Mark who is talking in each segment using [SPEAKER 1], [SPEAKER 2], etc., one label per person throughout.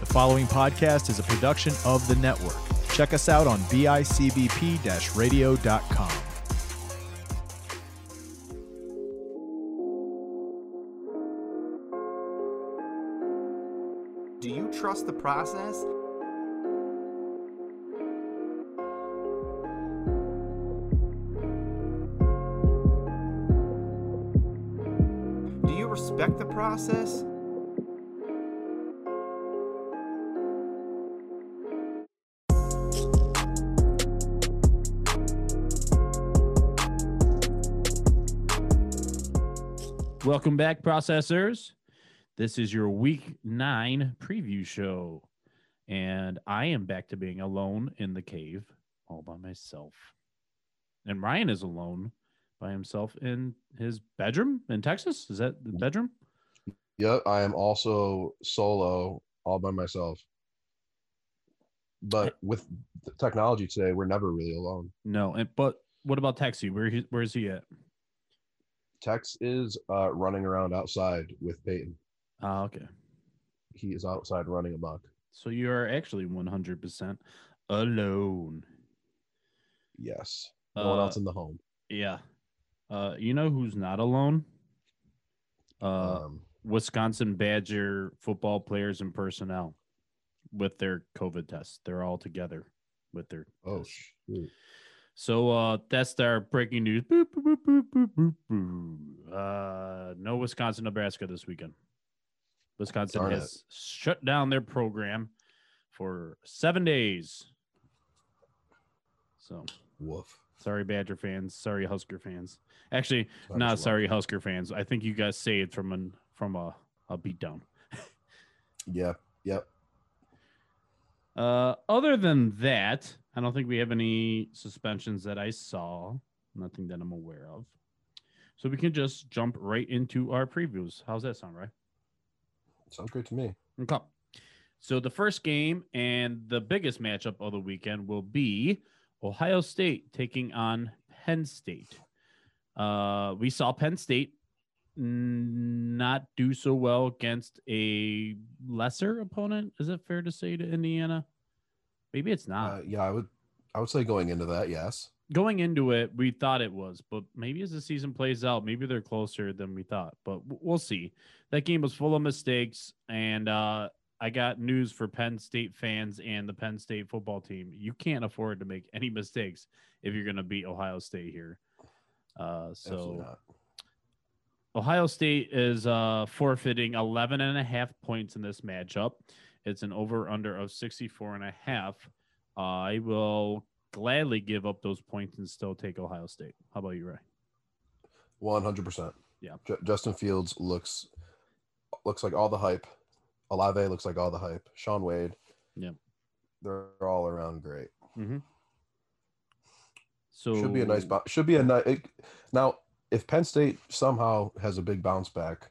[SPEAKER 1] The following podcast is a production of the network. Check us out on bicbp radio.com.
[SPEAKER 2] Do you trust the process? Do you respect the process?
[SPEAKER 3] Welcome back, processors. This is your week nine preview show. And I am back to being alone in the cave all by myself. And Ryan is alone by himself in his bedroom in Texas. Is that the bedroom?
[SPEAKER 4] Yep, I am also solo, all by myself. But with the technology today, we're never really alone.
[SPEAKER 3] No. And, but what about Texas? Where, he, where is he at?
[SPEAKER 4] Tex is uh, running around outside with Peyton.
[SPEAKER 3] Ah, okay.
[SPEAKER 4] He is outside running amok.
[SPEAKER 3] So you are actually 100% alone.
[SPEAKER 4] Yes, no one
[SPEAKER 3] Uh,
[SPEAKER 4] else in the home.
[SPEAKER 3] Yeah. Uh, you know who's not alone? Uh,
[SPEAKER 4] um,
[SPEAKER 3] Wisconsin Badger football players and personnel with their COVID tests. They're all together with their.
[SPEAKER 4] oh,
[SPEAKER 3] tests.
[SPEAKER 4] shoot.
[SPEAKER 3] so uh, that's our breaking news. Boop, boop, boop, boop, boop, boop, boop. Uh, no Wisconsin, Nebraska this weekend. Wisconsin
[SPEAKER 4] Darn it.
[SPEAKER 3] has shut down their program for seven days. So
[SPEAKER 4] woof.
[SPEAKER 3] sorry, Badger fans. Sorry, Husker fans. Actually,
[SPEAKER 4] That
[SPEAKER 3] not
[SPEAKER 4] was
[SPEAKER 3] sorry, Husker fans. I think you got saved from an from a, a beatdown.
[SPEAKER 4] rough. Yeah, yep.
[SPEAKER 3] Uh, other than that, I don't think we have any suspensions that I saw. Nothing that I'm aware of. So we can just jump right into our previews. How's that sound, right?
[SPEAKER 4] Sounds great to me.
[SPEAKER 3] Okay. So the first game and the biggest matchup of the weekend will be Ohio State taking on Penn State. Uh, we saw Penn State n- not do so well against a lesser opponent. Is it fair to say to Indiana? Maybe it's not.
[SPEAKER 4] Uh, yeah, I would. I would say going into that, yes.
[SPEAKER 3] Going into it, we thought it was, but maybe as the season plays out, maybe they're closer than we thought. But w- we'll see. That game was full of mistakes, and uh, I got news for Penn State fans and the Penn State football team. You can't afford to make any mistakes if you're going to beat Ohio State here. Uh,
[SPEAKER 4] Absolutely
[SPEAKER 3] so
[SPEAKER 4] not.
[SPEAKER 3] Ohio State is uh, forfeiting 11 and a half points in this matchup. It's an over under of 64 and a half. I will gladly give up those points and still take Ohio State. How about you, Ray?
[SPEAKER 4] One hundred percent.
[SPEAKER 3] Yeah.
[SPEAKER 4] Ju- Justin Fields looks looks like all the hype. Olave looks like all the hype. Sean Wade.
[SPEAKER 3] Yeah.
[SPEAKER 4] They're all around great.
[SPEAKER 3] So
[SPEAKER 4] Should be a nice. bou- Should be a nice. now, if Penn State somehow has a big bounce back,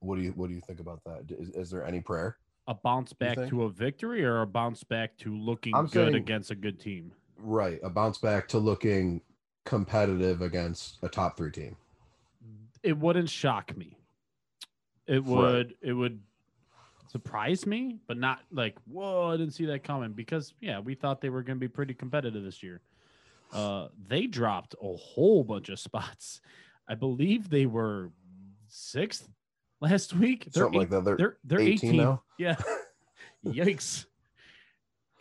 [SPEAKER 4] what do you what do you think about that? Is, is there any prayer?
[SPEAKER 3] a bounce back
[SPEAKER 4] think?
[SPEAKER 3] to a victory or a bounce back to looking
[SPEAKER 4] I'm
[SPEAKER 3] good
[SPEAKER 4] saying-
[SPEAKER 3] against a good team.
[SPEAKER 4] Right, a bounce back to looking competitive against a top three team.
[SPEAKER 3] It wouldn't shock me. It
[SPEAKER 4] Right.
[SPEAKER 3] would it would surprise me, but not like, whoa, I didn't see that coming because yeah, we thought they were gonna be pretty competitive this year. Uh they dropped a whole bunch of spots. I believe they were sixth last week. They're
[SPEAKER 4] Something like that. They're,
[SPEAKER 3] they're they're
[SPEAKER 4] 18
[SPEAKER 3] 18
[SPEAKER 4] now?
[SPEAKER 3] Yeah. Yikes.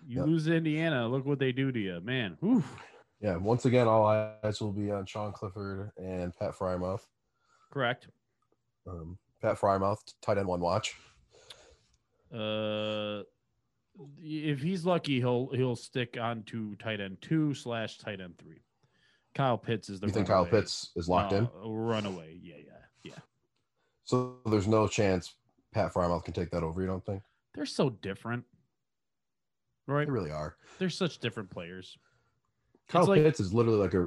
[SPEAKER 3] You
[SPEAKER 4] Yep.
[SPEAKER 3] lose to Indiana. Look what they do to you, man. Whew.
[SPEAKER 4] yeah. Once again, all eyes will be on Sean Clifford and Pat Frymouth.
[SPEAKER 3] Correct.
[SPEAKER 4] Um, Pat Frymouth, tight end one watch.
[SPEAKER 3] Uh, if he's lucky, he'll he'll stick on to tight end two slash tight end three. Kyle Pitts is the.
[SPEAKER 4] you think Kyle
[SPEAKER 3] runaway.
[SPEAKER 4] Pitts is locked in?
[SPEAKER 3] Uh, Runaway. Yeah, yeah, yeah.
[SPEAKER 4] So there's no chance Pat Frymouth can take that over. You don't think?
[SPEAKER 3] They're so different, right?
[SPEAKER 4] They really are.
[SPEAKER 3] They're such different players.
[SPEAKER 4] Kyle
[SPEAKER 3] like-
[SPEAKER 4] Pitts is literally like a,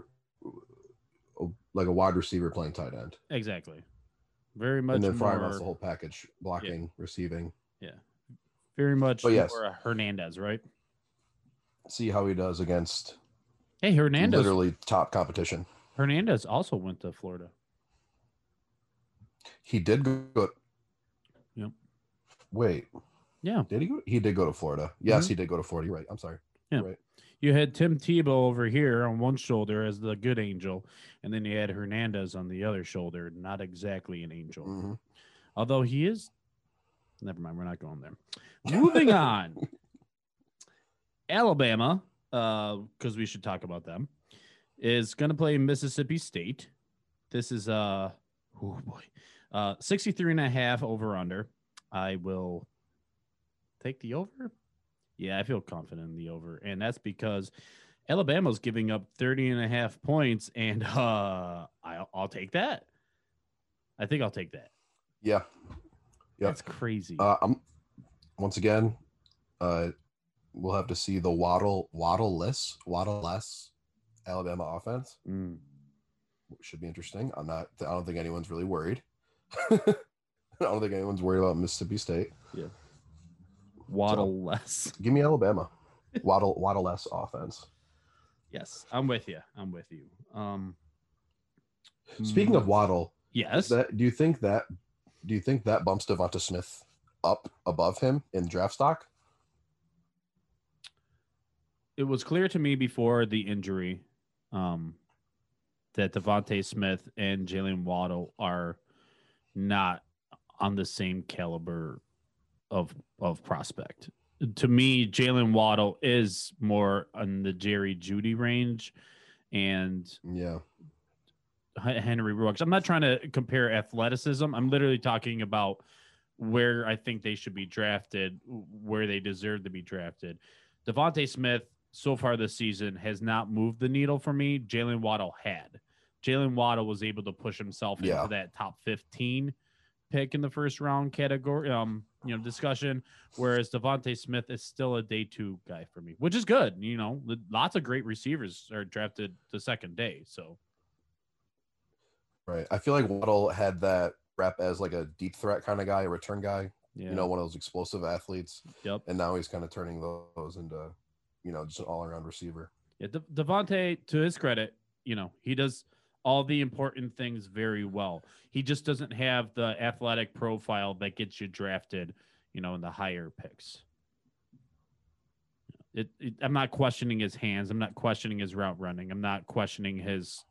[SPEAKER 4] a- like a wide receiver playing tight end,
[SPEAKER 3] Exactly. Very much
[SPEAKER 4] and then
[SPEAKER 3] more.
[SPEAKER 4] Frymouth's the whole package: blocking, receiving.
[SPEAKER 3] very much
[SPEAKER 4] But Oh, yes.
[SPEAKER 3] more a Hernandez, right?
[SPEAKER 4] See how he does against
[SPEAKER 3] Hey, Hernandez.
[SPEAKER 4] literally top competition.
[SPEAKER 3] Hernandez also went to Florida.
[SPEAKER 4] He did go.
[SPEAKER 3] Yep.
[SPEAKER 4] Wait,
[SPEAKER 3] Yeah. Mm-hmm.
[SPEAKER 4] Did he? Go, he did go to Florida. Yes, he did go to Florida. You're right. I'm sorry.
[SPEAKER 3] You had Tim Tebow over here on one shoulder as the good angel, and then you had Hernandez on the other shoulder, not exactly an angel.
[SPEAKER 4] Mhm.
[SPEAKER 3] Although he is. Never mind, we're not going there. Moving on. Alabama, because we should talk about them, is going to play Mississippi State. This is, uh, oh boy, uh, 63 and a half over under. I will take the over. Yeah, I feel confident in the over. And that's because Alabama's giving up 30 and a half points. And uh, I'll, I'll take that. I think I'll take that.
[SPEAKER 4] Yeah. Yep.
[SPEAKER 3] That's crazy.
[SPEAKER 4] Uh, I'm once again. Uh, we'll have to see the waddle waddle less waddle less Alabama offense.
[SPEAKER 3] Mm.
[SPEAKER 4] Should be interesting. I'm not. I don't think anyone's really worried. I don't think anyone's worried about Mississippi State.
[SPEAKER 3] Waddle less.
[SPEAKER 4] Give me Alabama. Waddle waddle less offense.
[SPEAKER 3] Yes, I'm with you. I'm with you. Um, hmm.
[SPEAKER 4] Speaking of waddle,
[SPEAKER 3] yes,
[SPEAKER 4] that do you think that do you think that bumps Devonta Smith up above him in draft stock?
[SPEAKER 3] it was clear to me before the injury um, that Devonte Smith and Jalen Waddle are not on the same caliber of of prospect. To me, Jalen Waddle is more on the Jerry Judy range, and
[SPEAKER 4] Yeah.
[SPEAKER 3] H- Henry Ruggs. I'm not trying to compare athleticism. I'm literally talking about where I think they should be drafted, where they deserve to be drafted. Devontae Smith, so far this season, has not moved the needle for me. Jalen Waddle had. Jalen Waddle was able to push himself
[SPEAKER 4] Yeah.
[SPEAKER 3] into that top 15 pick in the first round category, um, you know, discussion. Whereas Devontae Smith is still a day two guy for me, which is good. You know, lots of great receivers are drafted the second day. So,
[SPEAKER 4] Right. I feel like Waddle had that rep as like a deep threat kind of guy, a return guy,
[SPEAKER 3] yeah.
[SPEAKER 4] you know, one of those explosive athletes.
[SPEAKER 3] Yep.
[SPEAKER 4] And now he's kind of turning those into, you know, just an all around receiver.
[SPEAKER 3] Yeah, De- Devontae, to his credit, you know, he does all the important things very well. He just doesn't have the athletic profile that gets you drafted, you know, in the higher picks. It, it, I'm not questioning his hands. I'm not questioning his route running. I'm not questioning his,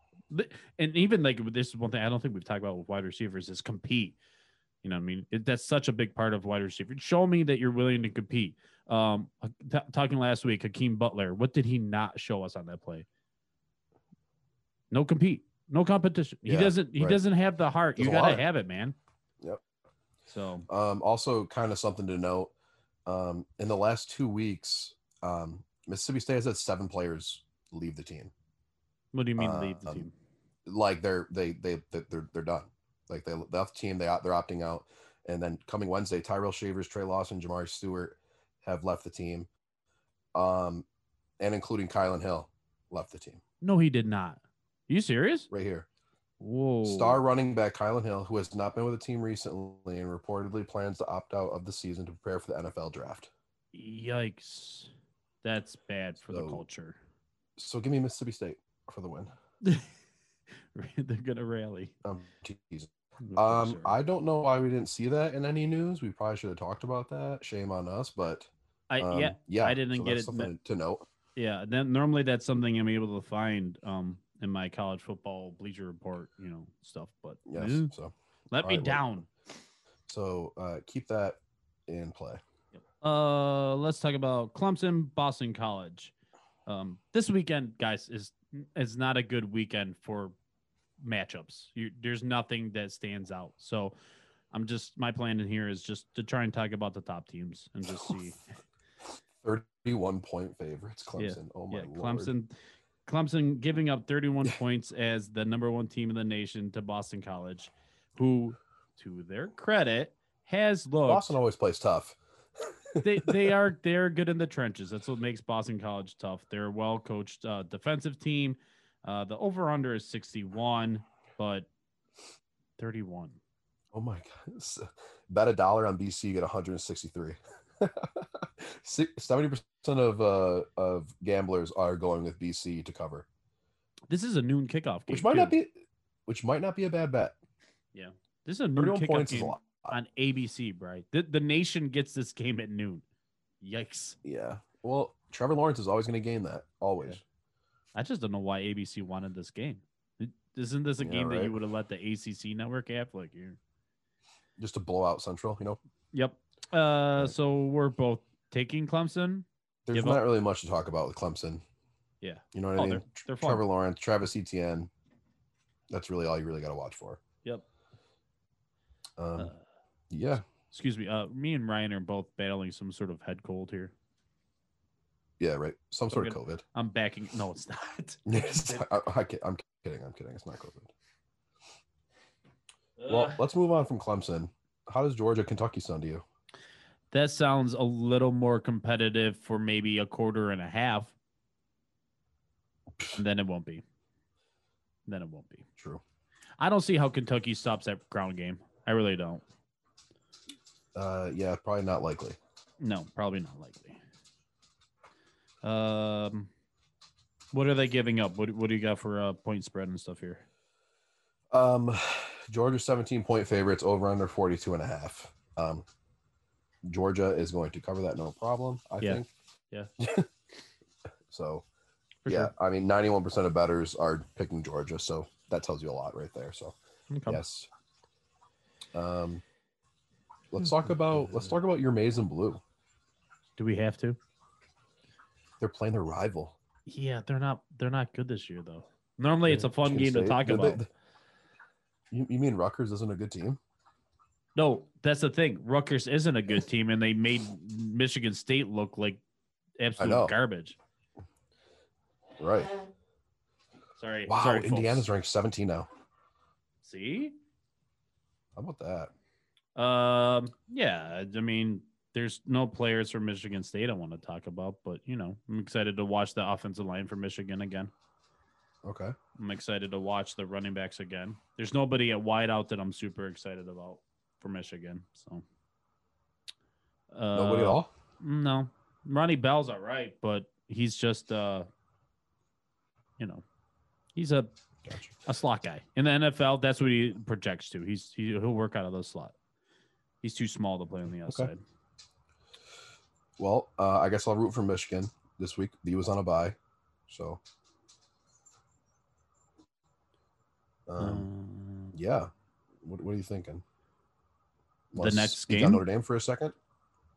[SPEAKER 3] and even like this is one thing I don't think we've talked about with wide receivers is compete. You know, what I mean, it, that's such a big part of wide receiver. Show me that you're willing to compete. Um, t- talking last week, Hakeem Butler. What did he not show us on that play? No compete, no competition. He
[SPEAKER 4] Yeah,
[SPEAKER 3] doesn't. He
[SPEAKER 4] right.
[SPEAKER 3] doesn't have the heart. You
[SPEAKER 4] Doesn't
[SPEAKER 3] gotta
[SPEAKER 4] want it.
[SPEAKER 3] have it, man.
[SPEAKER 4] Yep.
[SPEAKER 3] So
[SPEAKER 4] Um, also, kind of something to note um, in the last two weeks, um, Mississippi State has had seven players leave the team.
[SPEAKER 3] what do you mean leave the
[SPEAKER 4] Um,
[SPEAKER 3] team?
[SPEAKER 4] Like they're they they they- they're they're done. Like they left the team. They opt- they're opting out. And then coming Wednesday, Tyrell Shavers, Trey Lawson, Jamari Stewart have left the team, um, and including Kylan Hill left the team
[SPEAKER 3] No, he did not. you serious?
[SPEAKER 4] right here.
[SPEAKER 3] Whoa.
[SPEAKER 4] Star running back Kylan Hill, who has not been with the team recently and reportedly plans to opt out of the season to prepare for the NFL draft.
[SPEAKER 3] Yikes. That's bad for the
[SPEAKER 4] So-
[SPEAKER 3] culture.
[SPEAKER 4] So give me Mississippi State for the win.
[SPEAKER 3] They're gonna rally.
[SPEAKER 4] Um, geez.
[SPEAKER 3] Of course,
[SPEAKER 4] um
[SPEAKER 3] sir.
[SPEAKER 4] I don't know why we didn't see that in any news. We probably should have talked about that. Shame on us, but
[SPEAKER 3] I,
[SPEAKER 4] um,
[SPEAKER 3] yeah,
[SPEAKER 4] yeah,
[SPEAKER 3] I didn't
[SPEAKER 4] so
[SPEAKER 3] get
[SPEAKER 4] that's
[SPEAKER 3] it.
[SPEAKER 4] Something to note.
[SPEAKER 3] yeah. Then normally that's something I'm able to find um in my college football Bleacher Report, you know, stuff. But
[SPEAKER 4] Yes.
[SPEAKER 3] eh,
[SPEAKER 4] So
[SPEAKER 3] let
[SPEAKER 4] all
[SPEAKER 3] me
[SPEAKER 4] right, well-
[SPEAKER 3] down.
[SPEAKER 4] so uh, keep that in play.
[SPEAKER 3] Uh, let's talk about Clemson, Boston College. Um, this weekend, guys, is is not a good weekend for matchups. You, there's nothing that stands out. So, I'm just my plan in here is just to try and talk about the top teams and just
[SPEAKER 4] Oh
[SPEAKER 3] see.
[SPEAKER 4] Thirty-one point favorites, Clemson. Oh my
[SPEAKER 3] yeah,
[SPEAKER 4] lord.
[SPEAKER 3] Clemson, Clemson giving up 31 points as the number one team in the nation to Boston College, who, to their credit, has looked
[SPEAKER 4] Boston always plays tough.
[SPEAKER 3] they they are they're good in the trenches. That's what makes Boston College tough. They're a well coached uh, defensive team. Uh, the over under is 61, but 31.
[SPEAKER 4] Oh my god. S- Bet a dollar on BC, you get 163. Six- 70% of uh, of gamblers are going with BC to cover,
[SPEAKER 3] This is a noon kickoff game.
[SPEAKER 4] which might not
[SPEAKER 3] too.
[SPEAKER 4] be which might not be a bad bet.
[SPEAKER 3] This is a noon
[SPEAKER 4] 31
[SPEAKER 3] kickoff
[SPEAKER 4] points is
[SPEAKER 3] game.
[SPEAKER 4] a lot.
[SPEAKER 3] on ABC, Bry. The, the nation gets this game at noon. Yikes.
[SPEAKER 4] Yeah. Well, Trevor Lawrence is always going to gain that. Always.
[SPEAKER 3] I just don't know why ABC wanted this game. It- Isn't this a
[SPEAKER 4] Yeah,
[SPEAKER 3] game that
[SPEAKER 4] right.
[SPEAKER 3] you would have let the ACC network have? Like, you
[SPEAKER 4] Just to blow out Central, you know.
[SPEAKER 3] yep. Uh, so we're both taking Clemson.
[SPEAKER 4] There's
[SPEAKER 3] Give
[SPEAKER 4] not
[SPEAKER 3] up.
[SPEAKER 4] really much to talk about with Clemson.
[SPEAKER 3] Yeah.
[SPEAKER 4] You know what
[SPEAKER 3] Oh,
[SPEAKER 4] I mean?
[SPEAKER 3] they're- they're fun.
[SPEAKER 4] Trevor Lawrence, Travis Etienne. That's really all you really got to watch for.
[SPEAKER 3] Yep.
[SPEAKER 4] Um,
[SPEAKER 3] Uh,
[SPEAKER 4] yeah.
[SPEAKER 3] excuse me. Uh, me and Ryan are both battling some sort of head cold here.
[SPEAKER 4] Yeah. Right. Some sort of
[SPEAKER 3] gonna-
[SPEAKER 4] COVID.
[SPEAKER 3] I'm backing. No, it's not.
[SPEAKER 4] Yes. I, I, kid- I'm kidding. I'm kidding. It's not COVID.
[SPEAKER 3] Uh.
[SPEAKER 4] Well, let's move on from Clemson. How does Georgia Kentucky sound to you?
[SPEAKER 3] that sounds a little more competitive for maybe a quarter and a half. And then it won't be. Then it won't be.
[SPEAKER 4] True.
[SPEAKER 3] I don't see how Kentucky stops that ground game. I really don't.
[SPEAKER 4] Uh, yeah, probably not likely.
[SPEAKER 3] No, probably not likely. Um, what are they giving up? What What do you got for uh, point spread and stuff here?
[SPEAKER 4] Um, Georgia 17 point favorites over under 42 and a half. Um, Georgia is going to cover that no problem, I
[SPEAKER 3] Yeah.
[SPEAKER 4] think.
[SPEAKER 3] Yeah.
[SPEAKER 4] so,
[SPEAKER 3] For
[SPEAKER 4] yeah,
[SPEAKER 3] sure.
[SPEAKER 4] I mean, 91% of bettors are picking Georgia. So that tells you a lot right there. So,
[SPEAKER 3] Okay.
[SPEAKER 4] yes. Um, let's
[SPEAKER 3] Hmm.
[SPEAKER 4] talk about let's talk about your maize and blue.
[SPEAKER 3] Do we have to?
[SPEAKER 4] They're playing their rival.
[SPEAKER 3] Yeah, they're not. They're not good this year though. Normally, it's a fun
[SPEAKER 4] Michigan
[SPEAKER 3] game to
[SPEAKER 4] State.
[SPEAKER 3] talk
[SPEAKER 4] They- they-
[SPEAKER 3] about.
[SPEAKER 4] You, you mean Rutgers isn't a good team?
[SPEAKER 3] No, that's the thing. Rutgers isn't a good team, and they made Michigan State look like
[SPEAKER 4] know.
[SPEAKER 3] absolute garbage.
[SPEAKER 4] Right.
[SPEAKER 3] Sorry.
[SPEAKER 4] Wow,
[SPEAKER 3] Sorry, folks.
[SPEAKER 4] Indiana's ranked 17 now.
[SPEAKER 3] See.
[SPEAKER 4] How about that?
[SPEAKER 3] Um. Yeah. I mean, there's no players from Michigan State I want to talk about, but you know, I'm excited to watch the offensive line for Michigan again.
[SPEAKER 4] Okay.
[SPEAKER 3] I'm excited to watch the running backs again. There's nobody at wideout that I'm super excited about for Michigan. So. Uh,
[SPEAKER 4] Nobody at all?
[SPEAKER 3] No, Ronnie Bell's all right, but he's just, uh, you know, he's a
[SPEAKER 4] Gotcha.
[SPEAKER 3] a slot guy in the NFL. That's what he projects to. He's he, he'll work out of the slot. He's too small to play on the outside.
[SPEAKER 4] Well, uh, I guess I'll root for Michigan this week. B was on a bye. So, um,
[SPEAKER 3] Um,
[SPEAKER 4] yeah. What, what are you thinking?
[SPEAKER 3] The
[SPEAKER 4] Wanna
[SPEAKER 3] next
[SPEAKER 4] speak on
[SPEAKER 3] game?
[SPEAKER 4] Notre Dame for a second?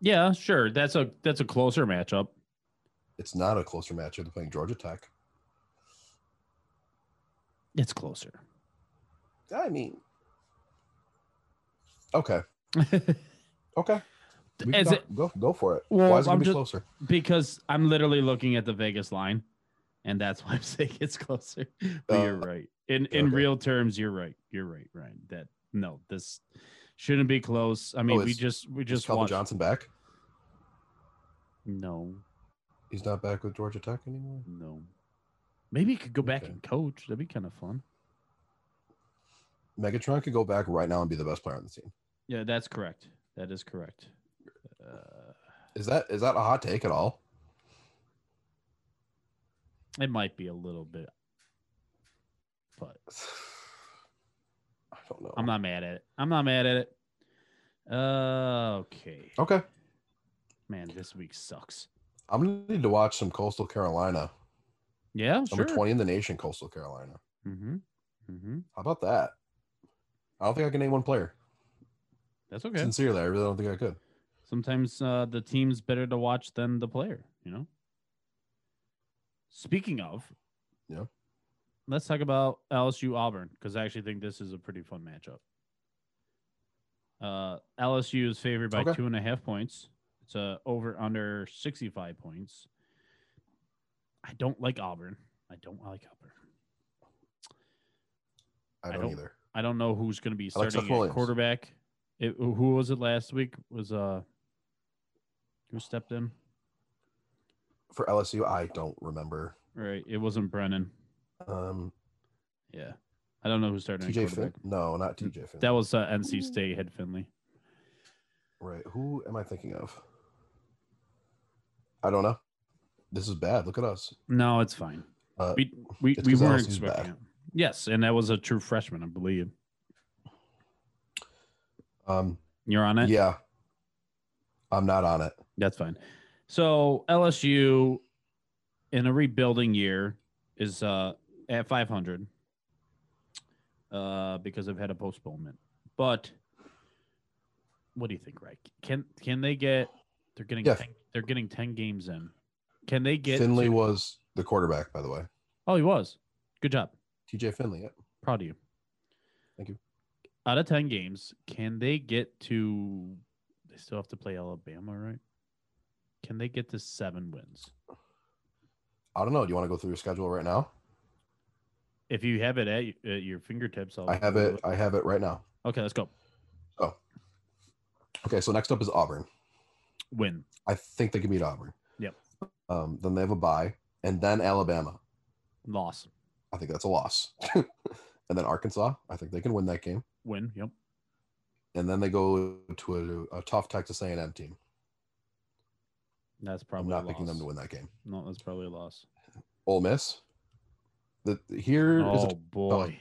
[SPEAKER 3] yeah, sure. That's a that's a closer matchup.
[SPEAKER 4] It's not a closer matchup. They're playing Georgia Tech.
[SPEAKER 3] It's closer.
[SPEAKER 4] I mean, okay. Okay. We can
[SPEAKER 3] As
[SPEAKER 4] talk-
[SPEAKER 3] it,
[SPEAKER 4] go, go for it.
[SPEAKER 3] Well,
[SPEAKER 4] Why is it going
[SPEAKER 3] I'm
[SPEAKER 4] to be
[SPEAKER 3] just-
[SPEAKER 4] closer?
[SPEAKER 3] because I'm literally looking at the Vegas line, and that's why I'm saying it's closer. But you're
[SPEAKER 4] Uh,
[SPEAKER 3] right. In in
[SPEAKER 4] okay.
[SPEAKER 3] real terms, you're right. You're right, Ryan. That no, this shouldn't be close. I mean, we
[SPEAKER 4] is-
[SPEAKER 3] just we
[SPEAKER 4] Is
[SPEAKER 3] just
[SPEAKER 4] Oh, Calvin
[SPEAKER 3] watched.
[SPEAKER 4] Johnson back?
[SPEAKER 3] No,
[SPEAKER 4] He's not back with Georgia Tech anymore?
[SPEAKER 3] no. Maybe you could go back
[SPEAKER 4] Okay.
[SPEAKER 3] and coach. That'd be kind of fun.
[SPEAKER 4] Megatron could go back right now and be the best player on the team.
[SPEAKER 3] Yeah, that's correct. That is correct. Uh,
[SPEAKER 4] Is that is that a hot take at all?
[SPEAKER 3] it might be a little bit, but
[SPEAKER 4] I don't know.
[SPEAKER 3] I'm not mad at it. I'm not mad at it. Uh, okay,
[SPEAKER 4] Okay.
[SPEAKER 3] man, this week sucks.
[SPEAKER 4] I'm gonna need to watch some Coastal Carolina.
[SPEAKER 3] Yeah, sure.
[SPEAKER 4] Number 20 in the nation, Coastal Carolina.
[SPEAKER 3] Mm-hmm. Mm-hmm.
[SPEAKER 4] How about that? I don't think I can name one player.
[SPEAKER 3] That's okay.
[SPEAKER 4] Sincerely, I really don't think I could.
[SPEAKER 3] Sometimes uh, the team's better to watch than the player, you know? Speaking of,
[SPEAKER 4] Yeah.
[SPEAKER 3] let's talk about LSU Auburn because I actually think this is a pretty fun matchup. Uh, LSU is favored by
[SPEAKER 4] Okay.
[SPEAKER 3] two and a half points. It's uh, over under 65 points. I don't like Auburn. I don't like Auburn.
[SPEAKER 4] I
[SPEAKER 3] I
[SPEAKER 4] don't,
[SPEAKER 3] don't-
[SPEAKER 4] either.
[SPEAKER 3] I don't know who's going to be
[SPEAKER 4] Seth
[SPEAKER 3] starting at
[SPEAKER 4] Williams.
[SPEAKER 3] quarterback. It, who was it last week? Was uh, who stepped in?
[SPEAKER 4] For LSU, I don't remember.
[SPEAKER 3] Right, it wasn't Brennan.
[SPEAKER 4] Um
[SPEAKER 3] Yeah, I don't know who's starting at
[SPEAKER 4] TJ Finn?
[SPEAKER 3] quarterback.
[SPEAKER 4] No, not TJ Finn.
[SPEAKER 3] That was uh, NC State head Finley.
[SPEAKER 4] right. Who am I thinking of? I don't know. This is bad. Look at us.
[SPEAKER 3] No, it's fine.
[SPEAKER 4] Uh,
[SPEAKER 3] we we,
[SPEAKER 4] it's
[SPEAKER 3] we
[SPEAKER 4] 'cause
[SPEAKER 3] weren't
[SPEAKER 4] Allison's
[SPEAKER 3] expecting
[SPEAKER 4] back.
[SPEAKER 3] it. Yes, and that was a true freshman, I believe.
[SPEAKER 4] Um,
[SPEAKER 3] You're on it.
[SPEAKER 4] Yeah. I'm not on it.
[SPEAKER 3] That's fine. So LSU in a rebuilding year is uh, at 500 uh, because they've had a postponement. But what do you think, Right? Can can they get? They're getting
[SPEAKER 4] Yeah.
[SPEAKER 3] 10, they're getting 10 games in. Can they get?
[SPEAKER 4] Finley
[SPEAKER 3] to-
[SPEAKER 4] was the quarterback, by the way.
[SPEAKER 3] oh, he was. Good job.
[SPEAKER 4] TJ Finley. Yeah.
[SPEAKER 3] Proud of you.
[SPEAKER 4] Thank you.
[SPEAKER 3] Out of 10 games, can they get to they still have to play Alabama, right? Can they get to 7 wins?
[SPEAKER 4] I don't know. Do you want to go through your schedule right now?
[SPEAKER 3] If you have it at, at your fingertips, I'll
[SPEAKER 4] I have it. I have it right now.
[SPEAKER 3] Okay, let's go.
[SPEAKER 4] Okay. So next up is Auburn.
[SPEAKER 3] Win.
[SPEAKER 4] I think they can beat Auburn.
[SPEAKER 3] Yep.
[SPEAKER 4] Um, then they have a bye, and then Alabama.
[SPEAKER 3] Loss.
[SPEAKER 4] I think that's a loss. and then Arkansas. I think they can win that game.
[SPEAKER 3] Win. Yep.
[SPEAKER 4] And then they go to a, a tough Texas A&M team.
[SPEAKER 3] That's
[SPEAKER 4] I'm
[SPEAKER 3] probably
[SPEAKER 4] not
[SPEAKER 3] a
[SPEAKER 4] picking them
[SPEAKER 3] loss.
[SPEAKER 4] to win that game.
[SPEAKER 3] No, that's probably a loss.
[SPEAKER 4] Ole Miss. The, here is
[SPEAKER 3] Oh
[SPEAKER 4] a,
[SPEAKER 3] boy.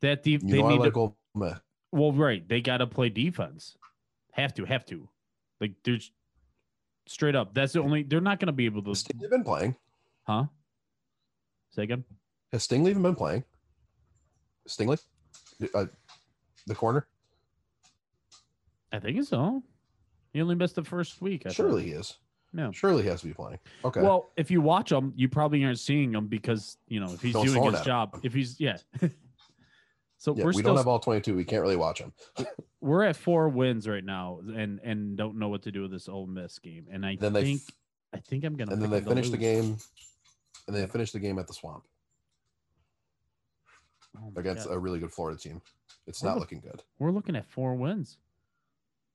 [SPEAKER 3] That def-
[SPEAKER 4] you
[SPEAKER 3] they
[SPEAKER 4] know I
[SPEAKER 3] need
[SPEAKER 4] like
[SPEAKER 3] to,
[SPEAKER 4] Ole Miss.
[SPEAKER 3] well, right. They gotta play defense. Have to, have to. Like there's straight up. That's the only they're not gonna be able
[SPEAKER 4] Has
[SPEAKER 3] to
[SPEAKER 4] Stingley been playing?
[SPEAKER 3] Huh? Say again?
[SPEAKER 4] Has Stingley even been playing? Stingley, uh, the corner.
[SPEAKER 3] I think so. He only missed the first week. I thought.
[SPEAKER 4] Surely he is.
[SPEAKER 3] Yeah.
[SPEAKER 4] Surely he has to be playing. Okay.
[SPEAKER 3] Well, if you watch him, you probably aren't seeing him because you know if he's
[SPEAKER 4] Don't
[SPEAKER 3] doing
[SPEAKER 4] throw
[SPEAKER 3] his
[SPEAKER 4] it at
[SPEAKER 3] job. If he's yeah. so
[SPEAKER 4] yeah,
[SPEAKER 3] we're
[SPEAKER 4] we
[SPEAKER 3] still
[SPEAKER 4] don't have all 22. We can't really watch him.
[SPEAKER 3] we're at four wins right now, and and don't know what to do with this Ole Miss game. And I
[SPEAKER 4] Then they
[SPEAKER 3] think
[SPEAKER 4] f-
[SPEAKER 3] I think I'm gonna.
[SPEAKER 4] and
[SPEAKER 3] pick
[SPEAKER 4] then they
[SPEAKER 3] 'em to
[SPEAKER 4] finish the
[SPEAKER 3] lose.
[SPEAKER 4] game, and they finish the game at the swamp
[SPEAKER 3] Oh my
[SPEAKER 4] against uh,
[SPEAKER 3] God.
[SPEAKER 4] a really good Florida team. It's
[SPEAKER 3] We're
[SPEAKER 4] not
[SPEAKER 3] look-
[SPEAKER 4] looking good.
[SPEAKER 3] We're looking at four wins.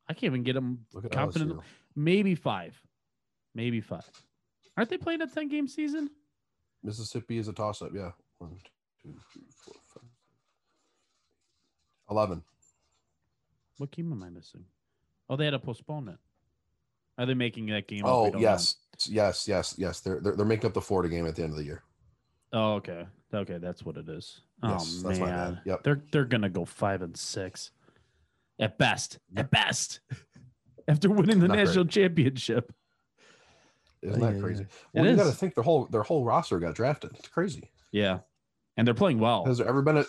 [SPEAKER 3] I can't even get them
[SPEAKER 4] Look at
[SPEAKER 3] confident.
[SPEAKER 4] LSU.
[SPEAKER 3] Maybe five, maybe five. Aren't they playing a ten game season?
[SPEAKER 4] Mississippi is a toss-up. Yeah. One, two, three, four, five. Eleven.
[SPEAKER 3] What game am I missing? Oh, they had to postpone it. Are they making that game? up? We
[SPEAKER 4] Oh
[SPEAKER 3] don't know.
[SPEAKER 4] yes, yes, yes, yes. They're, they're they're making up the Florida game at the end of the year.
[SPEAKER 3] Oh, okay. Okay, that's what it is.
[SPEAKER 4] Yes,
[SPEAKER 3] oh
[SPEAKER 4] that's my bad.
[SPEAKER 3] man,
[SPEAKER 4] Yep.
[SPEAKER 3] they're they're gonna go five and six, at best. At best, after winning the
[SPEAKER 4] Not great.
[SPEAKER 3] national championship.
[SPEAKER 4] Isn't
[SPEAKER 3] Yeah,
[SPEAKER 4] that
[SPEAKER 3] yeah,
[SPEAKER 4] crazy?
[SPEAKER 3] yeah.
[SPEAKER 4] Well,
[SPEAKER 3] It
[SPEAKER 4] you got to
[SPEAKER 3] is.
[SPEAKER 4] think their whole their whole roster got drafted. It's crazy.
[SPEAKER 3] Yeah, and they're playing well.
[SPEAKER 4] Has there ever been a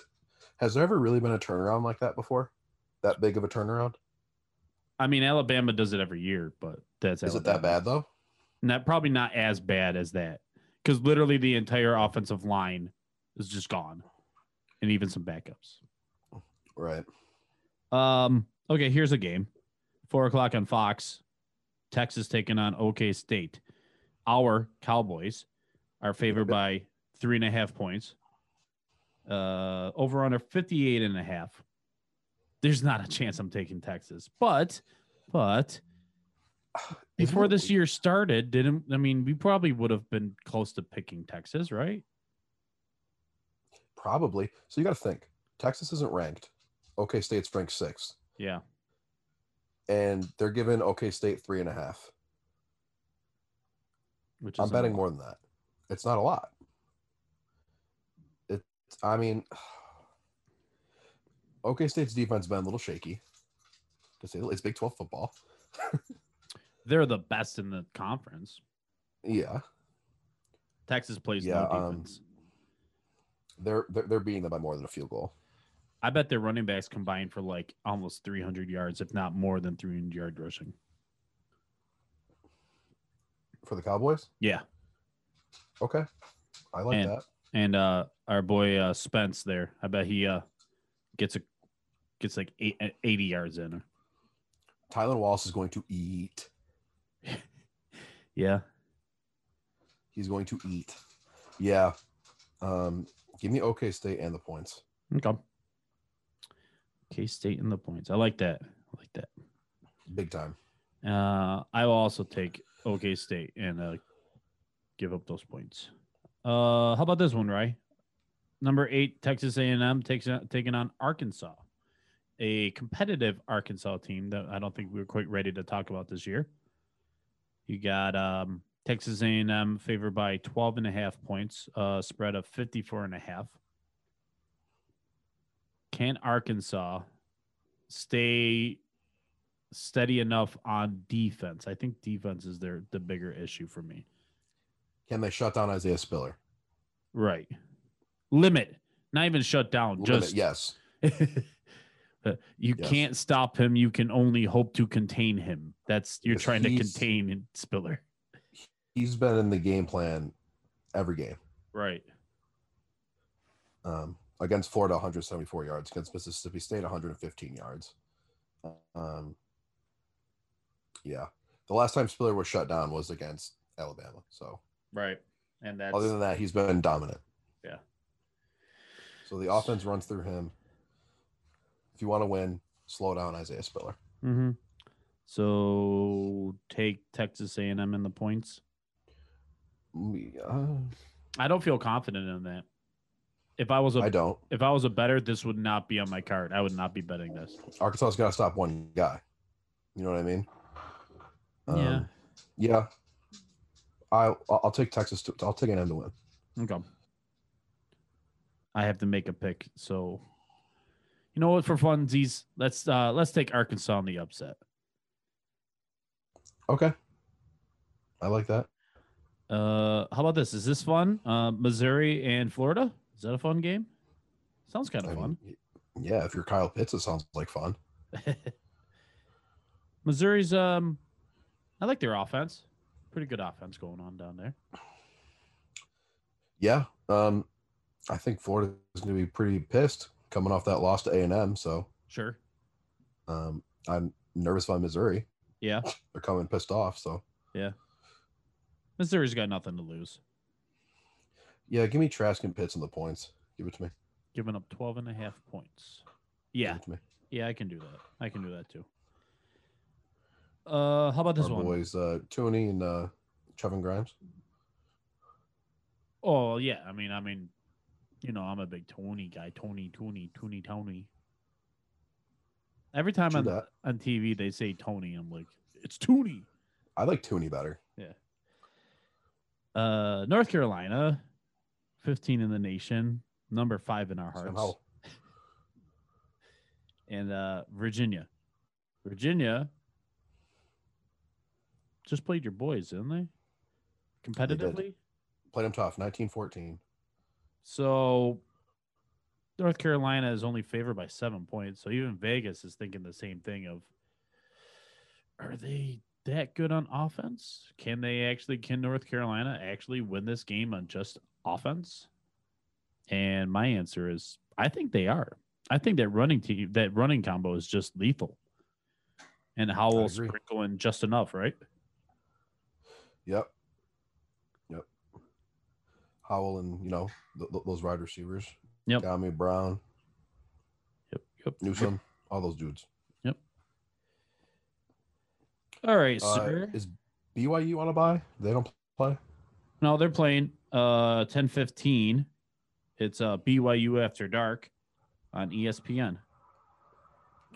[SPEAKER 4] has there ever really been a turnaround like that before? That big of a turnaround?
[SPEAKER 3] I mean, Alabama does it every year, but that's
[SPEAKER 4] Is it that
[SPEAKER 3] Alabama.
[SPEAKER 4] bad though?
[SPEAKER 3] Not probably not as bad as that, because literally the entire offensive line is just gone, and even some backups.
[SPEAKER 4] Right.
[SPEAKER 3] Um, okay, here's a game. Four o'clock on Fox. Texas taking on OK State. Our Cowboys are favored by three and a half points. Uh, over under 58 and a half. There's not a chance I'm taking Texas, but, but before
[SPEAKER 4] it
[SPEAKER 3] this
[SPEAKER 4] weird?
[SPEAKER 3] year started, didn't I mean we probably would have been close to picking Texas, right?
[SPEAKER 4] Probably. So you got to think. Texas isn't ranked. OK State's ranked sixth,
[SPEAKER 3] Yeah,
[SPEAKER 4] and they're giving OK State three and a half.
[SPEAKER 3] which is
[SPEAKER 4] I'm betting
[SPEAKER 3] unbelievable.
[SPEAKER 4] more than that. It's not a lot. It's. I mean, OK State's defense been a little shaky. To say the- it's Big Twelve football.
[SPEAKER 3] They're the best in the conference.
[SPEAKER 4] Yeah,
[SPEAKER 3] Texas plays
[SPEAKER 4] Yeah,
[SPEAKER 3] no
[SPEAKER 4] um,
[SPEAKER 3] defense.
[SPEAKER 4] they're they're, they're beating them by more than a field goal.
[SPEAKER 3] I bet their running backs combined for like almost 300 yards, if not more than 300 yard rushing.
[SPEAKER 4] for the Cowboys.
[SPEAKER 3] Yeah,
[SPEAKER 4] Okay, I like
[SPEAKER 3] And-
[SPEAKER 4] that.
[SPEAKER 3] and uh, our boy uh, Spence there, I bet he uh, gets a gets like eight, 80 yards in.
[SPEAKER 4] Tylen Wallace is going to eat.
[SPEAKER 3] Yeah,
[SPEAKER 4] He's going to eat. Yeah. Um, give me OK State and the points.
[SPEAKER 3] okay. K State in the points. I like that. I like that.
[SPEAKER 4] Big time.
[SPEAKER 3] Uh, I will also take OK State and uh, give up those points. Uh, how about this one, Ray? Number eight, Texas A&M takes uh, taking on Arkansas, a competitive Arkansas team that I don't think we were quite ready to talk about this year. You got um, Texas A&M favored by 12 and a half points, uh, spread of 54 and a half. Can Arkansas stay steady enough on defense. I think defense is their the bigger issue for me.
[SPEAKER 4] Can they shut down Isaiah Spiller?
[SPEAKER 3] Right. Limit. Not even shut down. just
[SPEAKER 4] Limit, yes.
[SPEAKER 3] Uh, you
[SPEAKER 4] Yes.
[SPEAKER 3] can't stop him. You can only hope to contain him. That's you're
[SPEAKER 4] Because
[SPEAKER 3] trying to
[SPEAKER 4] he's-
[SPEAKER 3] contain Spiller.
[SPEAKER 4] He's been in the game plan every game.
[SPEAKER 3] Right.
[SPEAKER 4] um, against Florida 174 yards, against Mississippi State 115 yards. Um, yeah, the last time Spiller was shut down was against Alabama. So
[SPEAKER 3] Right. And that's
[SPEAKER 4] other than that, he's been dominant.
[SPEAKER 3] Yeah.
[SPEAKER 4] So the offense runs through him. If you want to win, slow down Isaiah Spiller.
[SPEAKER 3] hmm so take Texas A&M in the points.
[SPEAKER 4] Me- uh,
[SPEAKER 3] I don't feel confident in that. If I was a
[SPEAKER 4] I don't.
[SPEAKER 3] if I was a better, this would not be on my card. I would not be betting this.
[SPEAKER 4] Arkansas's got to stop one guy. You know what I mean? Um,
[SPEAKER 3] Yeah.
[SPEAKER 4] Yeah. I I'll I'll take Texas. To, I'll take an M to win.
[SPEAKER 3] Okay. I have to make a pick. So you know what for funsies, let's uh let's take Arkansas on the upset.
[SPEAKER 4] Okay. I like that.
[SPEAKER 3] Uh how about this? Is this fun? Uh Missouri and Florida? Is that a fun game? Sounds kind
[SPEAKER 4] I
[SPEAKER 3] of
[SPEAKER 4] mean,
[SPEAKER 3] fun.
[SPEAKER 4] y- yeah, if you're Kyle Pitts, it sounds like fun.
[SPEAKER 3] Missouri's um I like their offense. Pretty good offense going on down there.
[SPEAKER 4] Yeah. Um, I think Florida's going to be pretty pissed coming off that loss to A and M. So
[SPEAKER 3] Sure.
[SPEAKER 4] um, I'm nervous about Missouri.
[SPEAKER 3] Yeah.
[SPEAKER 4] They're coming pissed off. So
[SPEAKER 3] Missouri's got nothing to lose.
[SPEAKER 4] yeah, give me Trask and Pitts and the points. Give it to me.
[SPEAKER 3] Giving up 12 and a half points.
[SPEAKER 4] Give
[SPEAKER 3] Yeah.
[SPEAKER 4] it to me.
[SPEAKER 3] Yeah, I can do that. I can do that too. Uh, how about this
[SPEAKER 4] Our
[SPEAKER 3] one?
[SPEAKER 4] boys, uh, Tony and uh, Trevin Grimes.
[SPEAKER 3] Oh yeah, I mean, I mean, you know, I'm a big Tony guy. Tony, Tony, Tony, Tony. Every time
[SPEAKER 4] True
[SPEAKER 3] on,
[SPEAKER 4] that.
[SPEAKER 3] on TV they say Tony, I'm like, it's Tony.
[SPEAKER 4] I like Tooney better.
[SPEAKER 3] Uh, North Carolina, 15 in the nation, number five in our hearts,
[SPEAKER 4] Somehow.
[SPEAKER 3] and uh, Virginia, Virginia. Just played your boys, didn't they?
[SPEAKER 4] did.
[SPEAKER 3] Competitively.
[SPEAKER 4] Played him tough. 1914.
[SPEAKER 3] So North Carolina is only favored by seven points. So even Vegas is thinking the same thing of are they that good on offense? Can they actually can North Carolina actually win this game on just offense? And my answer is I think they are. I think that running team that running combo is just lethal. And Howell
[SPEAKER 4] agree.
[SPEAKER 3] sprinkle in just enough, right?
[SPEAKER 4] Yep. Yep. Howell and you know th- th- those wide receivers.
[SPEAKER 3] Yep.
[SPEAKER 4] Tommy Brown,
[SPEAKER 3] Yep. Yep.
[SPEAKER 4] Newsom, all those dudes.
[SPEAKER 3] All right,
[SPEAKER 4] Uh,
[SPEAKER 3] sir.
[SPEAKER 4] is BYU on a buy? They don't play.
[SPEAKER 3] No, they're playing uh 10 15. It's uh BYU after dark on E ESPN.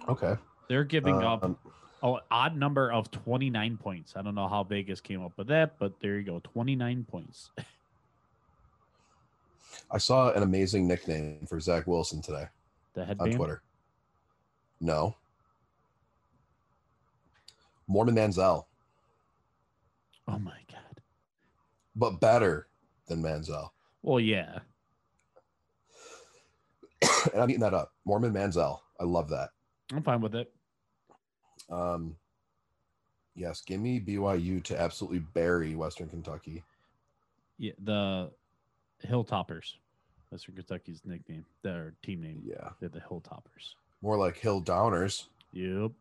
[SPEAKER 4] Okay.
[SPEAKER 3] They're giving up
[SPEAKER 4] Um,
[SPEAKER 3] an odd number of 29 points. I don't know how Vegas came up with that, but there you go. 29 points.
[SPEAKER 4] I saw an amazing nickname for Zach Wilson today
[SPEAKER 3] The
[SPEAKER 4] on
[SPEAKER 3] headband.
[SPEAKER 4] Twitter. No. Mormon Manziel,
[SPEAKER 3] Oh my god.
[SPEAKER 4] but better than Manziel.
[SPEAKER 3] Well, yeah.
[SPEAKER 4] and I'm eating that up. Mormon Manziel. I love that.
[SPEAKER 3] I'm fine with it.
[SPEAKER 4] Um, yes, give me BYU to absolutely bury Western Kentucky.
[SPEAKER 3] Yeah, the Hilltoppers. Western Kentucky's nickname, their team name.
[SPEAKER 4] Yeah,
[SPEAKER 3] They're the Hilltoppers.
[SPEAKER 4] more like Hill Downers.
[SPEAKER 3] Yep.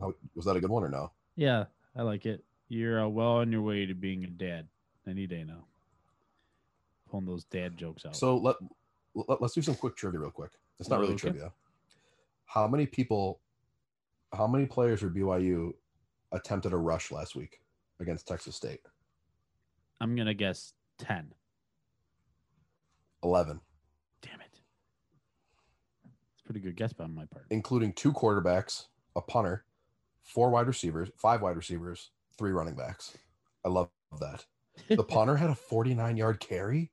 [SPEAKER 4] How, was that a good one or no?
[SPEAKER 3] Yeah, I like it. You're uh, well on your way to being a dad any day now. Pulling those dad jokes out.
[SPEAKER 4] So let, let us do some quick trivia real quick. It's not really
[SPEAKER 3] Okay.
[SPEAKER 4] trivia. How many people, how many players for BYU attempted a rush last week against Texas State?
[SPEAKER 3] I'm gonna guess ten.
[SPEAKER 4] Eleven,
[SPEAKER 3] Damn it! It's a pretty good guess by my part.
[SPEAKER 4] including two quarterbacks, a punter, four wide receivers, five wide receivers, three running backs. I love that. The punter had a 49 yard carry.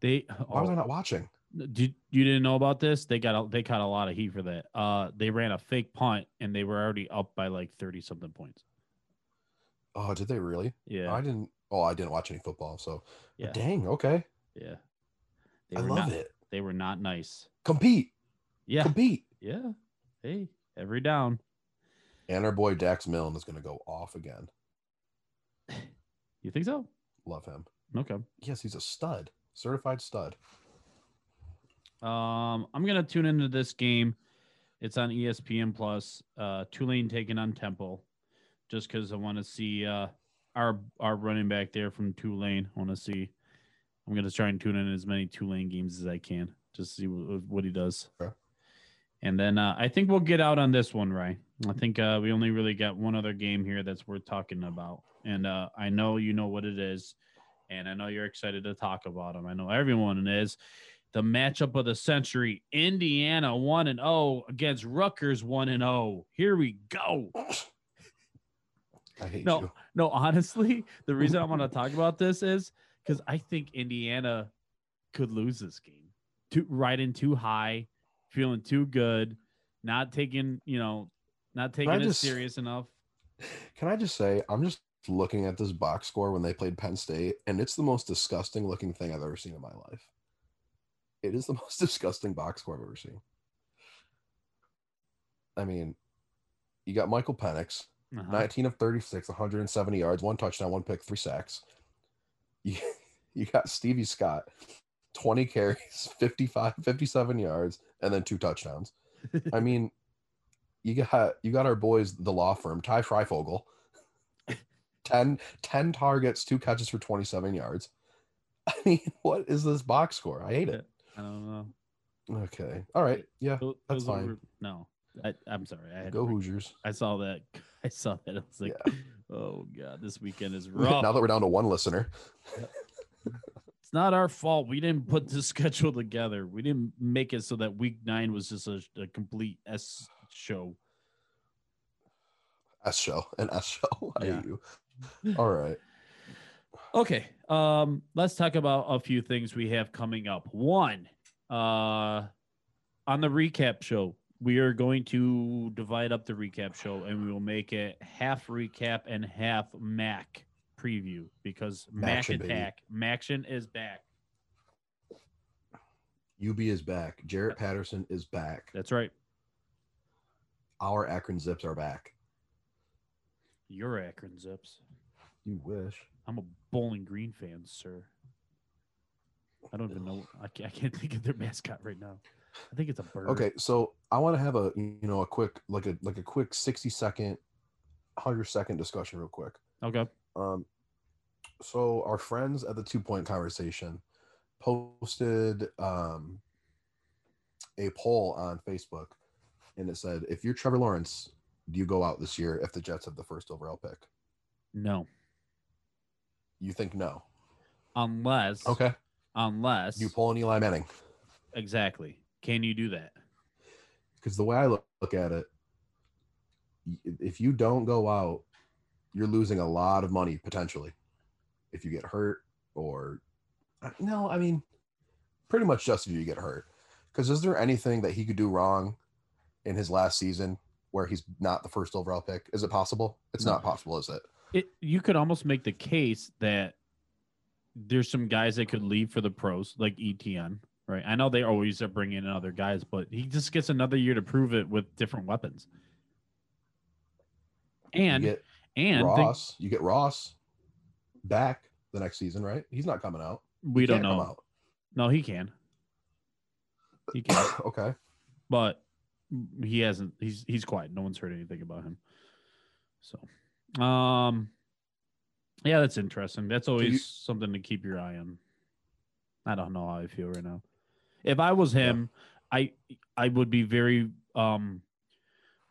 [SPEAKER 3] they
[SPEAKER 4] Why was I
[SPEAKER 3] oh,
[SPEAKER 4] not watching?
[SPEAKER 3] Did you didn't know about this? They got a, they caught a lot of heat for that. Uh, they ran a fake punt and they were already up by like thirty something points.
[SPEAKER 4] Oh, did they really?
[SPEAKER 3] Yeah,
[SPEAKER 4] I didn't. Oh, I didn't watch any football. So,
[SPEAKER 3] yeah,
[SPEAKER 4] but dang. Okay,
[SPEAKER 3] yeah. They
[SPEAKER 4] I
[SPEAKER 3] were
[SPEAKER 4] love
[SPEAKER 3] not,
[SPEAKER 4] it.
[SPEAKER 3] They were not nice.
[SPEAKER 4] Compete,
[SPEAKER 3] Yeah,
[SPEAKER 4] compete.
[SPEAKER 3] yeah. Hey, every down.
[SPEAKER 4] And our boy Dax Milne is going to go off again.
[SPEAKER 3] You think so?
[SPEAKER 4] Love him.
[SPEAKER 3] Okay.
[SPEAKER 4] Yes, he's a stud, certified stud.
[SPEAKER 3] Um, I'm gonna tune into this game. It's on E ESPN Plus. Uh, Tulane taking on Temple, just because I want to see uh, our our running back there from Tulane. I want to see. I'm gonna try and tune in as many Tulane games as I can, just to see what, what he does.
[SPEAKER 4] Okay.
[SPEAKER 3] And then uh, I think we'll get out on this one, Ryan. I think uh, we only really got one other game here that's worth talking about, and uh, I know you know what it is, and I know you're excited to talk about them. I know everyone is the matchup of the century. Indiana 1 and 0 against Rutgers 1 and 0. Here we go.
[SPEAKER 4] I hate
[SPEAKER 3] No.
[SPEAKER 4] you.
[SPEAKER 3] No, honestly, the reason I want to talk about this is cuz I think Indiana could lose this game. Too riding too high, feeling too good, not taking, you know, not taking
[SPEAKER 4] I
[SPEAKER 3] it
[SPEAKER 4] just-
[SPEAKER 3] serious enough.
[SPEAKER 4] Can I just say, I'm just looking at this box score when they played Penn State, and it's the most disgusting looking thing I've ever seen in my life. It is the most disgusting box score I've ever seen. I mean, you got Michael Penix,
[SPEAKER 3] Uh-huh.
[SPEAKER 4] 19 of 36, 170 yards, one touchdown, one pick, three sacks. You, you got Stevie Scott, 20 carries, 55, 57 yards, and then two touchdowns. I mean, you got you got our boys, the law firm, Ty Freifogel, 10, 10 targets, two catches for 27 yards. I mean, what is this box score? I hate it.
[SPEAKER 3] I don't know.
[SPEAKER 4] Okay. All right. Yeah.
[SPEAKER 3] Those-
[SPEAKER 4] That's
[SPEAKER 3] those
[SPEAKER 4] fine.
[SPEAKER 3] were- no. I, I'm sorry. I had
[SPEAKER 4] Go
[SPEAKER 3] to-
[SPEAKER 4] Hoosiers.
[SPEAKER 3] I saw that. I saw that. I was like, "Oh god, this weekend is rough."
[SPEAKER 4] Now that we're down to one listener,
[SPEAKER 3] it's not our fault. We didn't put the schedule together. We didn't make it so that week nine was just a, a complete S show.
[SPEAKER 4] S show, an S show. I
[SPEAKER 3] Yeah.
[SPEAKER 4] hate you. All right.
[SPEAKER 3] Okay. Um, let's talk about a few things we have coming up. One, uh, on the recap show, we are going to divide up the recap show and we will make it half recap and half Mac preview because Mac
[SPEAKER 4] Maction,
[SPEAKER 3] and
[SPEAKER 4] baby.
[SPEAKER 3] Pack Maction is back.
[SPEAKER 4] UB is back. Jarrett Patterson is back.
[SPEAKER 3] That's right.
[SPEAKER 4] Our Akron Zips are back.
[SPEAKER 3] You're Akron Zips.
[SPEAKER 4] You wish.
[SPEAKER 3] I'm a Bowling Green fan, sir. I don't even know. I can't, I can't think of their mascot right now. I think it's a bird.
[SPEAKER 4] Okay, so I want to have a you know a quick like a like a quick sixty second, hundred second discussion real quick.
[SPEAKER 3] Okay.
[SPEAKER 4] Um, so our friends at the two point conversation posted um, a poll on Facebook, and it said, "If you're Trevor Lawrence, do you go out this year if the Jets have the first overall pick?"
[SPEAKER 3] No.
[SPEAKER 4] You think no?
[SPEAKER 3] Unless.
[SPEAKER 4] Okay.
[SPEAKER 3] Unless.
[SPEAKER 4] You pull an Eli Manning.
[SPEAKER 3] exactly. Can you do that?
[SPEAKER 4] because the way I look, look at it, y- if you don't go out, you're losing a lot of money potentially. If you get hurt or I- no, I mean, pretty much just if you get hurt. Because is there anything that he could do wrong in his last season where he's not the first overall pick? Is it possible? It's not possible, is it?
[SPEAKER 3] It. You could almost make the case that there's some guys that could leave for the pros, like ETN. Right. I know they always are bringing in other guys, but he just gets another year to prove it with different weapons. And
[SPEAKER 4] you get
[SPEAKER 3] and think-
[SPEAKER 4] Ross, you get Ross back the next season, right? He's not coming out.
[SPEAKER 3] we
[SPEAKER 4] He
[SPEAKER 3] don't
[SPEAKER 4] can't come
[SPEAKER 3] know. No, he can. He can,
[SPEAKER 4] out. okay.
[SPEAKER 3] but he hasn't. He's he's quiet. No one's heard anything about him. So, um, yeah, that's interesting. That's always
[SPEAKER 4] you-
[SPEAKER 3] something to keep your eye on. I don't know how I feel right now. If I was him, I I would be very um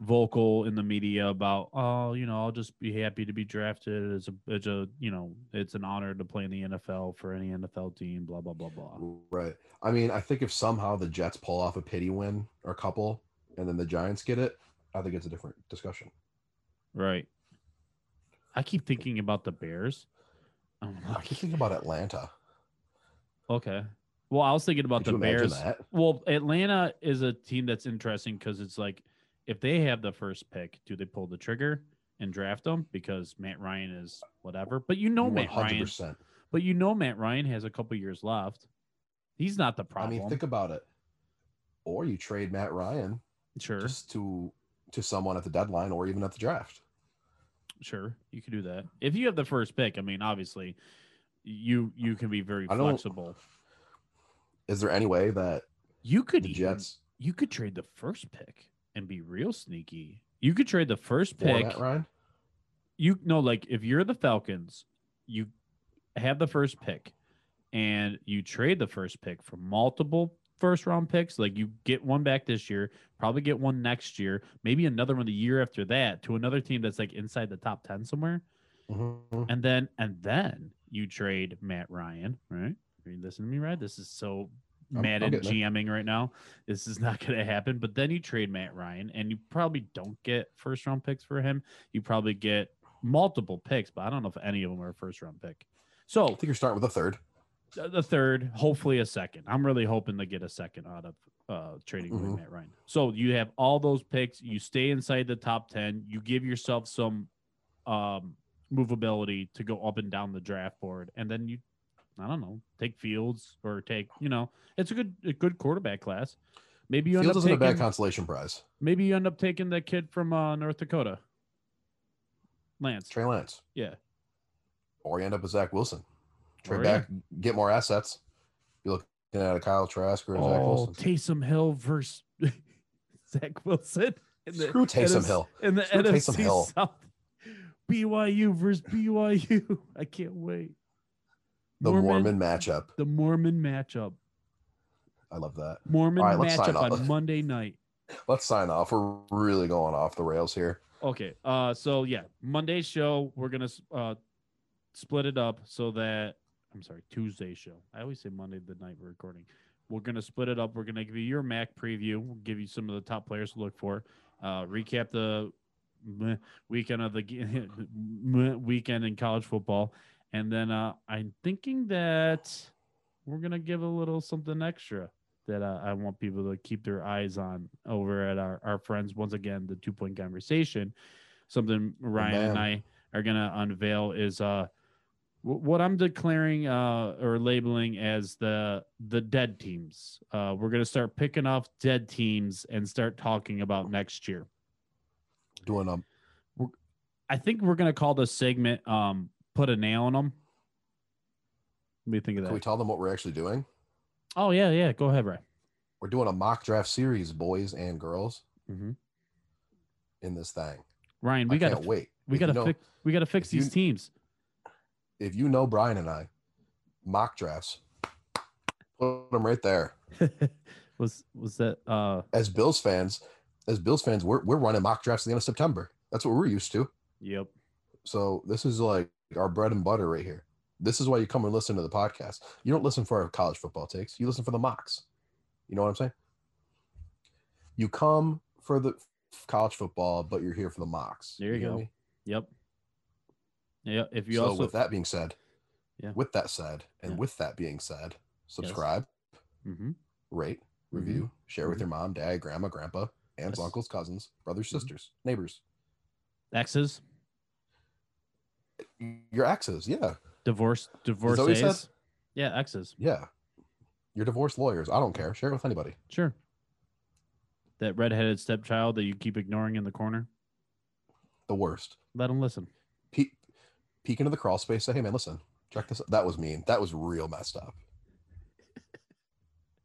[SPEAKER 3] vocal in the media about oh you know I'll just be happy to be drafted as a as a you know it's an honor to play in the NFL for any NFL team blah blah blah blah.
[SPEAKER 4] Right. I mean, I think if somehow the Jets pull off a pity win or a couple and then the Giants get it, I think it's a different discussion.
[SPEAKER 3] Right. I keep thinking about the Bears. I'm
[SPEAKER 4] I
[SPEAKER 3] like,
[SPEAKER 4] keep thinking about Atlanta.
[SPEAKER 3] okay. Well, I was thinking about
[SPEAKER 4] Could
[SPEAKER 3] the
[SPEAKER 4] you imagine
[SPEAKER 3] Bears.
[SPEAKER 4] that?
[SPEAKER 3] Well, Atlanta is a team that's interesting because it's like if they have the first pick, do they pull the trigger and draft them because Matt Ryan is whatever? But you know Matt Ryan.
[SPEAKER 4] 100%.
[SPEAKER 3] But you know Matt Ryan has a couple years left. He's not the
[SPEAKER 4] I
[SPEAKER 3] problem.
[SPEAKER 4] mean, think about it. Or you trade Matt Ryan
[SPEAKER 3] sure,
[SPEAKER 4] just to to someone at the deadline or even at the draft.
[SPEAKER 3] sure, you could do that if you have the first pick. I mean, obviously, you you can be very
[SPEAKER 4] I don't-
[SPEAKER 3] flexible.
[SPEAKER 4] Is there any way that
[SPEAKER 3] You could
[SPEAKER 4] the
[SPEAKER 3] even-
[SPEAKER 4] Jets
[SPEAKER 3] you could trade the first pick and be real sneaky. You could trade the first
[SPEAKER 4] for
[SPEAKER 3] pick.
[SPEAKER 4] Matt Ryan?
[SPEAKER 3] you know, like if you're the Falcons, you have the first pick and you trade the first pick for multiple first round picks. Like you get one back this year, probably get one next year, maybe another one the year after that to another team that's like inside the top 10 somewhere.
[SPEAKER 4] Mhm.
[SPEAKER 3] And then, and then you trade Matt Ryan, right? I mean, listen to me, right? This is so
[SPEAKER 4] I'm- I'm
[SPEAKER 3] Madden
[SPEAKER 4] getting there.
[SPEAKER 3] GMing right now. This is not going to happen. But then you trade Matt Ryan, and you probably don't get first round picks for him. You probably get multiple picks, but I don't know if any of them are a first round pick.
[SPEAKER 4] I
[SPEAKER 3] So
[SPEAKER 4] think you're starting with a third.
[SPEAKER 3] th- the third, hopefully a second. I'm really hoping to get a second out of uh, trading away
[SPEAKER 4] Mhm.
[SPEAKER 3] Matt Ryan. So you have all those picks. You stay inside the top ten. You give yourself some um, movability to go up and down the draft board, and then you, I don't know, take Fields or take you know, it's a good a good quarterback class. Maybe you
[SPEAKER 4] Fields
[SPEAKER 3] end
[SPEAKER 4] isn't a
[SPEAKER 3] up
[SPEAKER 4] bad
[SPEAKER 3] taking,
[SPEAKER 4] consolation prize.
[SPEAKER 3] maybe you end up taking that kid from uh, North Dakota, Lance.
[SPEAKER 4] Trey Lance.
[SPEAKER 3] Yeah.
[SPEAKER 4] Or you end up with Zach Wilson. Trade
[SPEAKER 3] Or, yeah.
[SPEAKER 4] back, get more assets. You're looking at a Kyle Trask or a Zach
[SPEAKER 3] Oh,
[SPEAKER 4] Wilson.
[SPEAKER 3] Taysom Hill versus Zach Wilson.
[SPEAKER 4] Screw Taysom
[SPEAKER 3] in the-
[SPEAKER 4] Hill.
[SPEAKER 3] In the
[SPEAKER 4] Screw
[SPEAKER 3] NFC
[SPEAKER 4] Taysom Hill.
[SPEAKER 3] South. BYU versus BYU. I can't wait.
[SPEAKER 4] The Mormon matchup.
[SPEAKER 3] The Mormon matchup.
[SPEAKER 4] I love that.
[SPEAKER 3] Mormon
[SPEAKER 4] All right, let's sign
[SPEAKER 3] matchup
[SPEAKER 4] off.
[SPEAKER 3] on Monday night.
[SPEAKER 4] Let's sign off. We're really going off the rails here.
[SPEAKER 3] Okay. Uh so yeah, Monday's show we're going to uh split it up so that I'm sorry, Tuesday show. I always say Monday the night we're recording. We're going to split it up. We're going to give you your Mac preview. We'll give you some of the top players to look for. Uh recap the meh weekend of the g- meh weekend in college football. And then uh I'm thinking that we're going to give a little something extra that uh, I want people to keep their eyes on over at our, our friends once again the two point conversation something Ryan and I
[SPEAKER 4] man.
[SPEAKER 3] are gonna unveil is uh wh- what I'm declaring uh or labeling as the the dead teams uh we're gonna start picking off dead teams and start talking about next year
[SPEAKER 4] Doing um
[SPEAKER 3] I think we're gonna call this segment um put a nail in them what do you think of
[SPEAKER 4] can we
[SPEAKER 3] that
[SPEAKER 4] tell them what we're actually doing?
[SPEAKER 3] oh yeah yeah go ahead Ryan
[SPEAKER 4] We're doing a mock draft series, boys and girls,
[SPEAKER 3] hmm
[SPEAKER 4] in this thing.
[SPEAKER 3] Ryan
[SPEAKER 4] Mm-hmm. I
[SPEAKER 3] we gotta
[SPEAKER 4] can't wait.
[SPEAKER 3] we
[SPEAKER 4] If
[SPEAKER 3] gotta
[SPEAKER 4] you know,
[SPEAKER 3] fix we gotta fix
[SPEAKER 4] if you-
[SPEAKER 3] these teams
[SPEAKER 4] if you know Brian and I, mock drafts, put them right there.
[SPEAKER 3] was was that uh
[SPEAKER 4] As Bills fans, as Bills fans, we're we're running mock drafts at the end of September. That's what we're used to.
[SPEAKER 3] yep
[SPEAKER 4] So this is like our bread and butter right here. This is why you come and listen to the podcast. You don't listen for our college football takes. You listen for the mocks. You know what I'm saying? You come for the f- college football, but you're here for the mocks.
[SPEAKER 3] There you
[SPEAKER 4] hear
[SPEAKER 3] go.
[SPEAKER 4] me?
[SPEAKER 3] Yep. Yeah. If you
[SPEAKER 4] so
[SPEAKER 3] also
[SPEAKER 4] with that being said,
[SPEAKER 3] Yeah.
[SPEAKER 4] with that said, and
[SPEAKER 3] Yeah.
[SPEAKER 4] with that being said, subscribe,
[SPEAKER 3] Mhm.
[SPEAKER 4] rate, review, share with your mom, dad, grandma, grandpa, aunts,
[SPEAKER 3] Mm-hmm. Yes.
[SPEAKER 4] uncles, cousins, brothers,
[SPEAKER 3] Mhm.
[SPEAKER 4] sisters, neighbors,
[SPEAKER 3] exes,
[SPEAKER 4] your exes. Yeah.
[SPEAKER 3] divorce,
[SPEAKER 4] what you said?
[SPEAKER 3] divorcees. Yeah, exes.
[SPEAKER 4] Yeah. Your divorce lawyers. I don't care. Share it with anybody.
[SPEAKER 3] Sure. That redheaded stepchild that you keep ignoring in the corner.
[SPEAKER 4] the worst.
[SPEAKER 3] Let him listen.
[SPEAKER 4] Peek, peek into the crawl space. Say, hey man, listen, check this. out." That was mean. That was real messed up.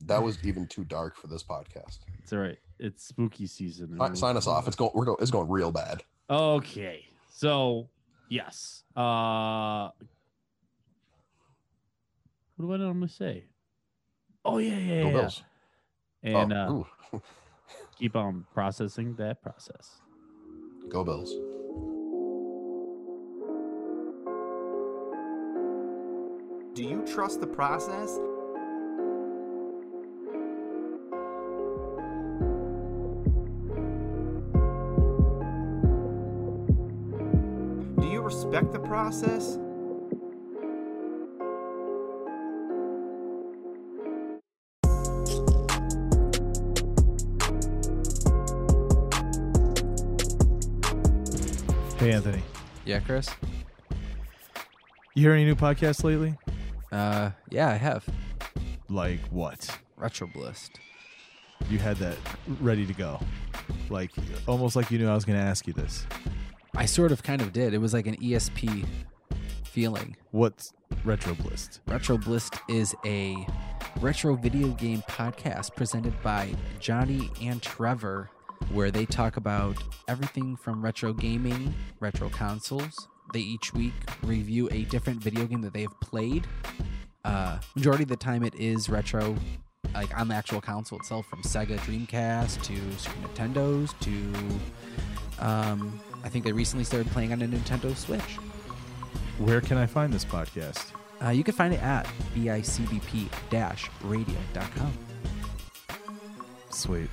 [SPEAKER 4] That was even too dark for this podcast.
[SPEAKER 3] It's all right. It's spooky season.
[SPEAKER 4] Sign, sign us off. It's going. We're going. It's going real bad.
[SPEAKER 3] Okay. So yes. Uh what do I normally say? Oh yeah, yeah,
[SPEAKER 4] Go
[SPEAKER 3] yeah.
[SPEAKER 4] Bills.
[SPEAKER 3] And uh,
[SPEAKER 4] Oh, ooh.
[SPEAKER 3] keep on processing that process.
[SPEAKER 4] Go Bills.
[SPEAKER 2] Do you trust the process? Do you respect the process?
[SPEAKER 1] Hey, Anthony.
[SPEAKER 5] Yeah, Chris.
[SPEAKER 1] You hear any new podcasts lately?
[SPEAKER 5] Uh, yeah, I have
[SPEAKER 1] Like what?
[SPEAKER 5] Retroblist.
[SPEAKER 1] You had that ready to go. Like almost like you knew I was going to ask you this.
[SPEAKER 5] I sort of, kind of did. It was like an ESP feeling.
[SPEAKER 1] What's RetroBlist?
[SPEAKER 5] Retroblist is a retro video game podcast presented by Johnny and Trevor, where they talk about everything from retro gaming, retro consoles. They each week review a different video game that they have played. Uh, majority of the time, it is retro, like on the actual console itself, from Sega Dreamcast to Super Nintendo's to. Um, I think they recently started playing on a Nintendo Switch.
[SPEAKER 1] Where can I find this podcast?
[SPEAKER 5] Uh, you can find it at bicbp-radio.com.
[SPEAKER 1] Sweet.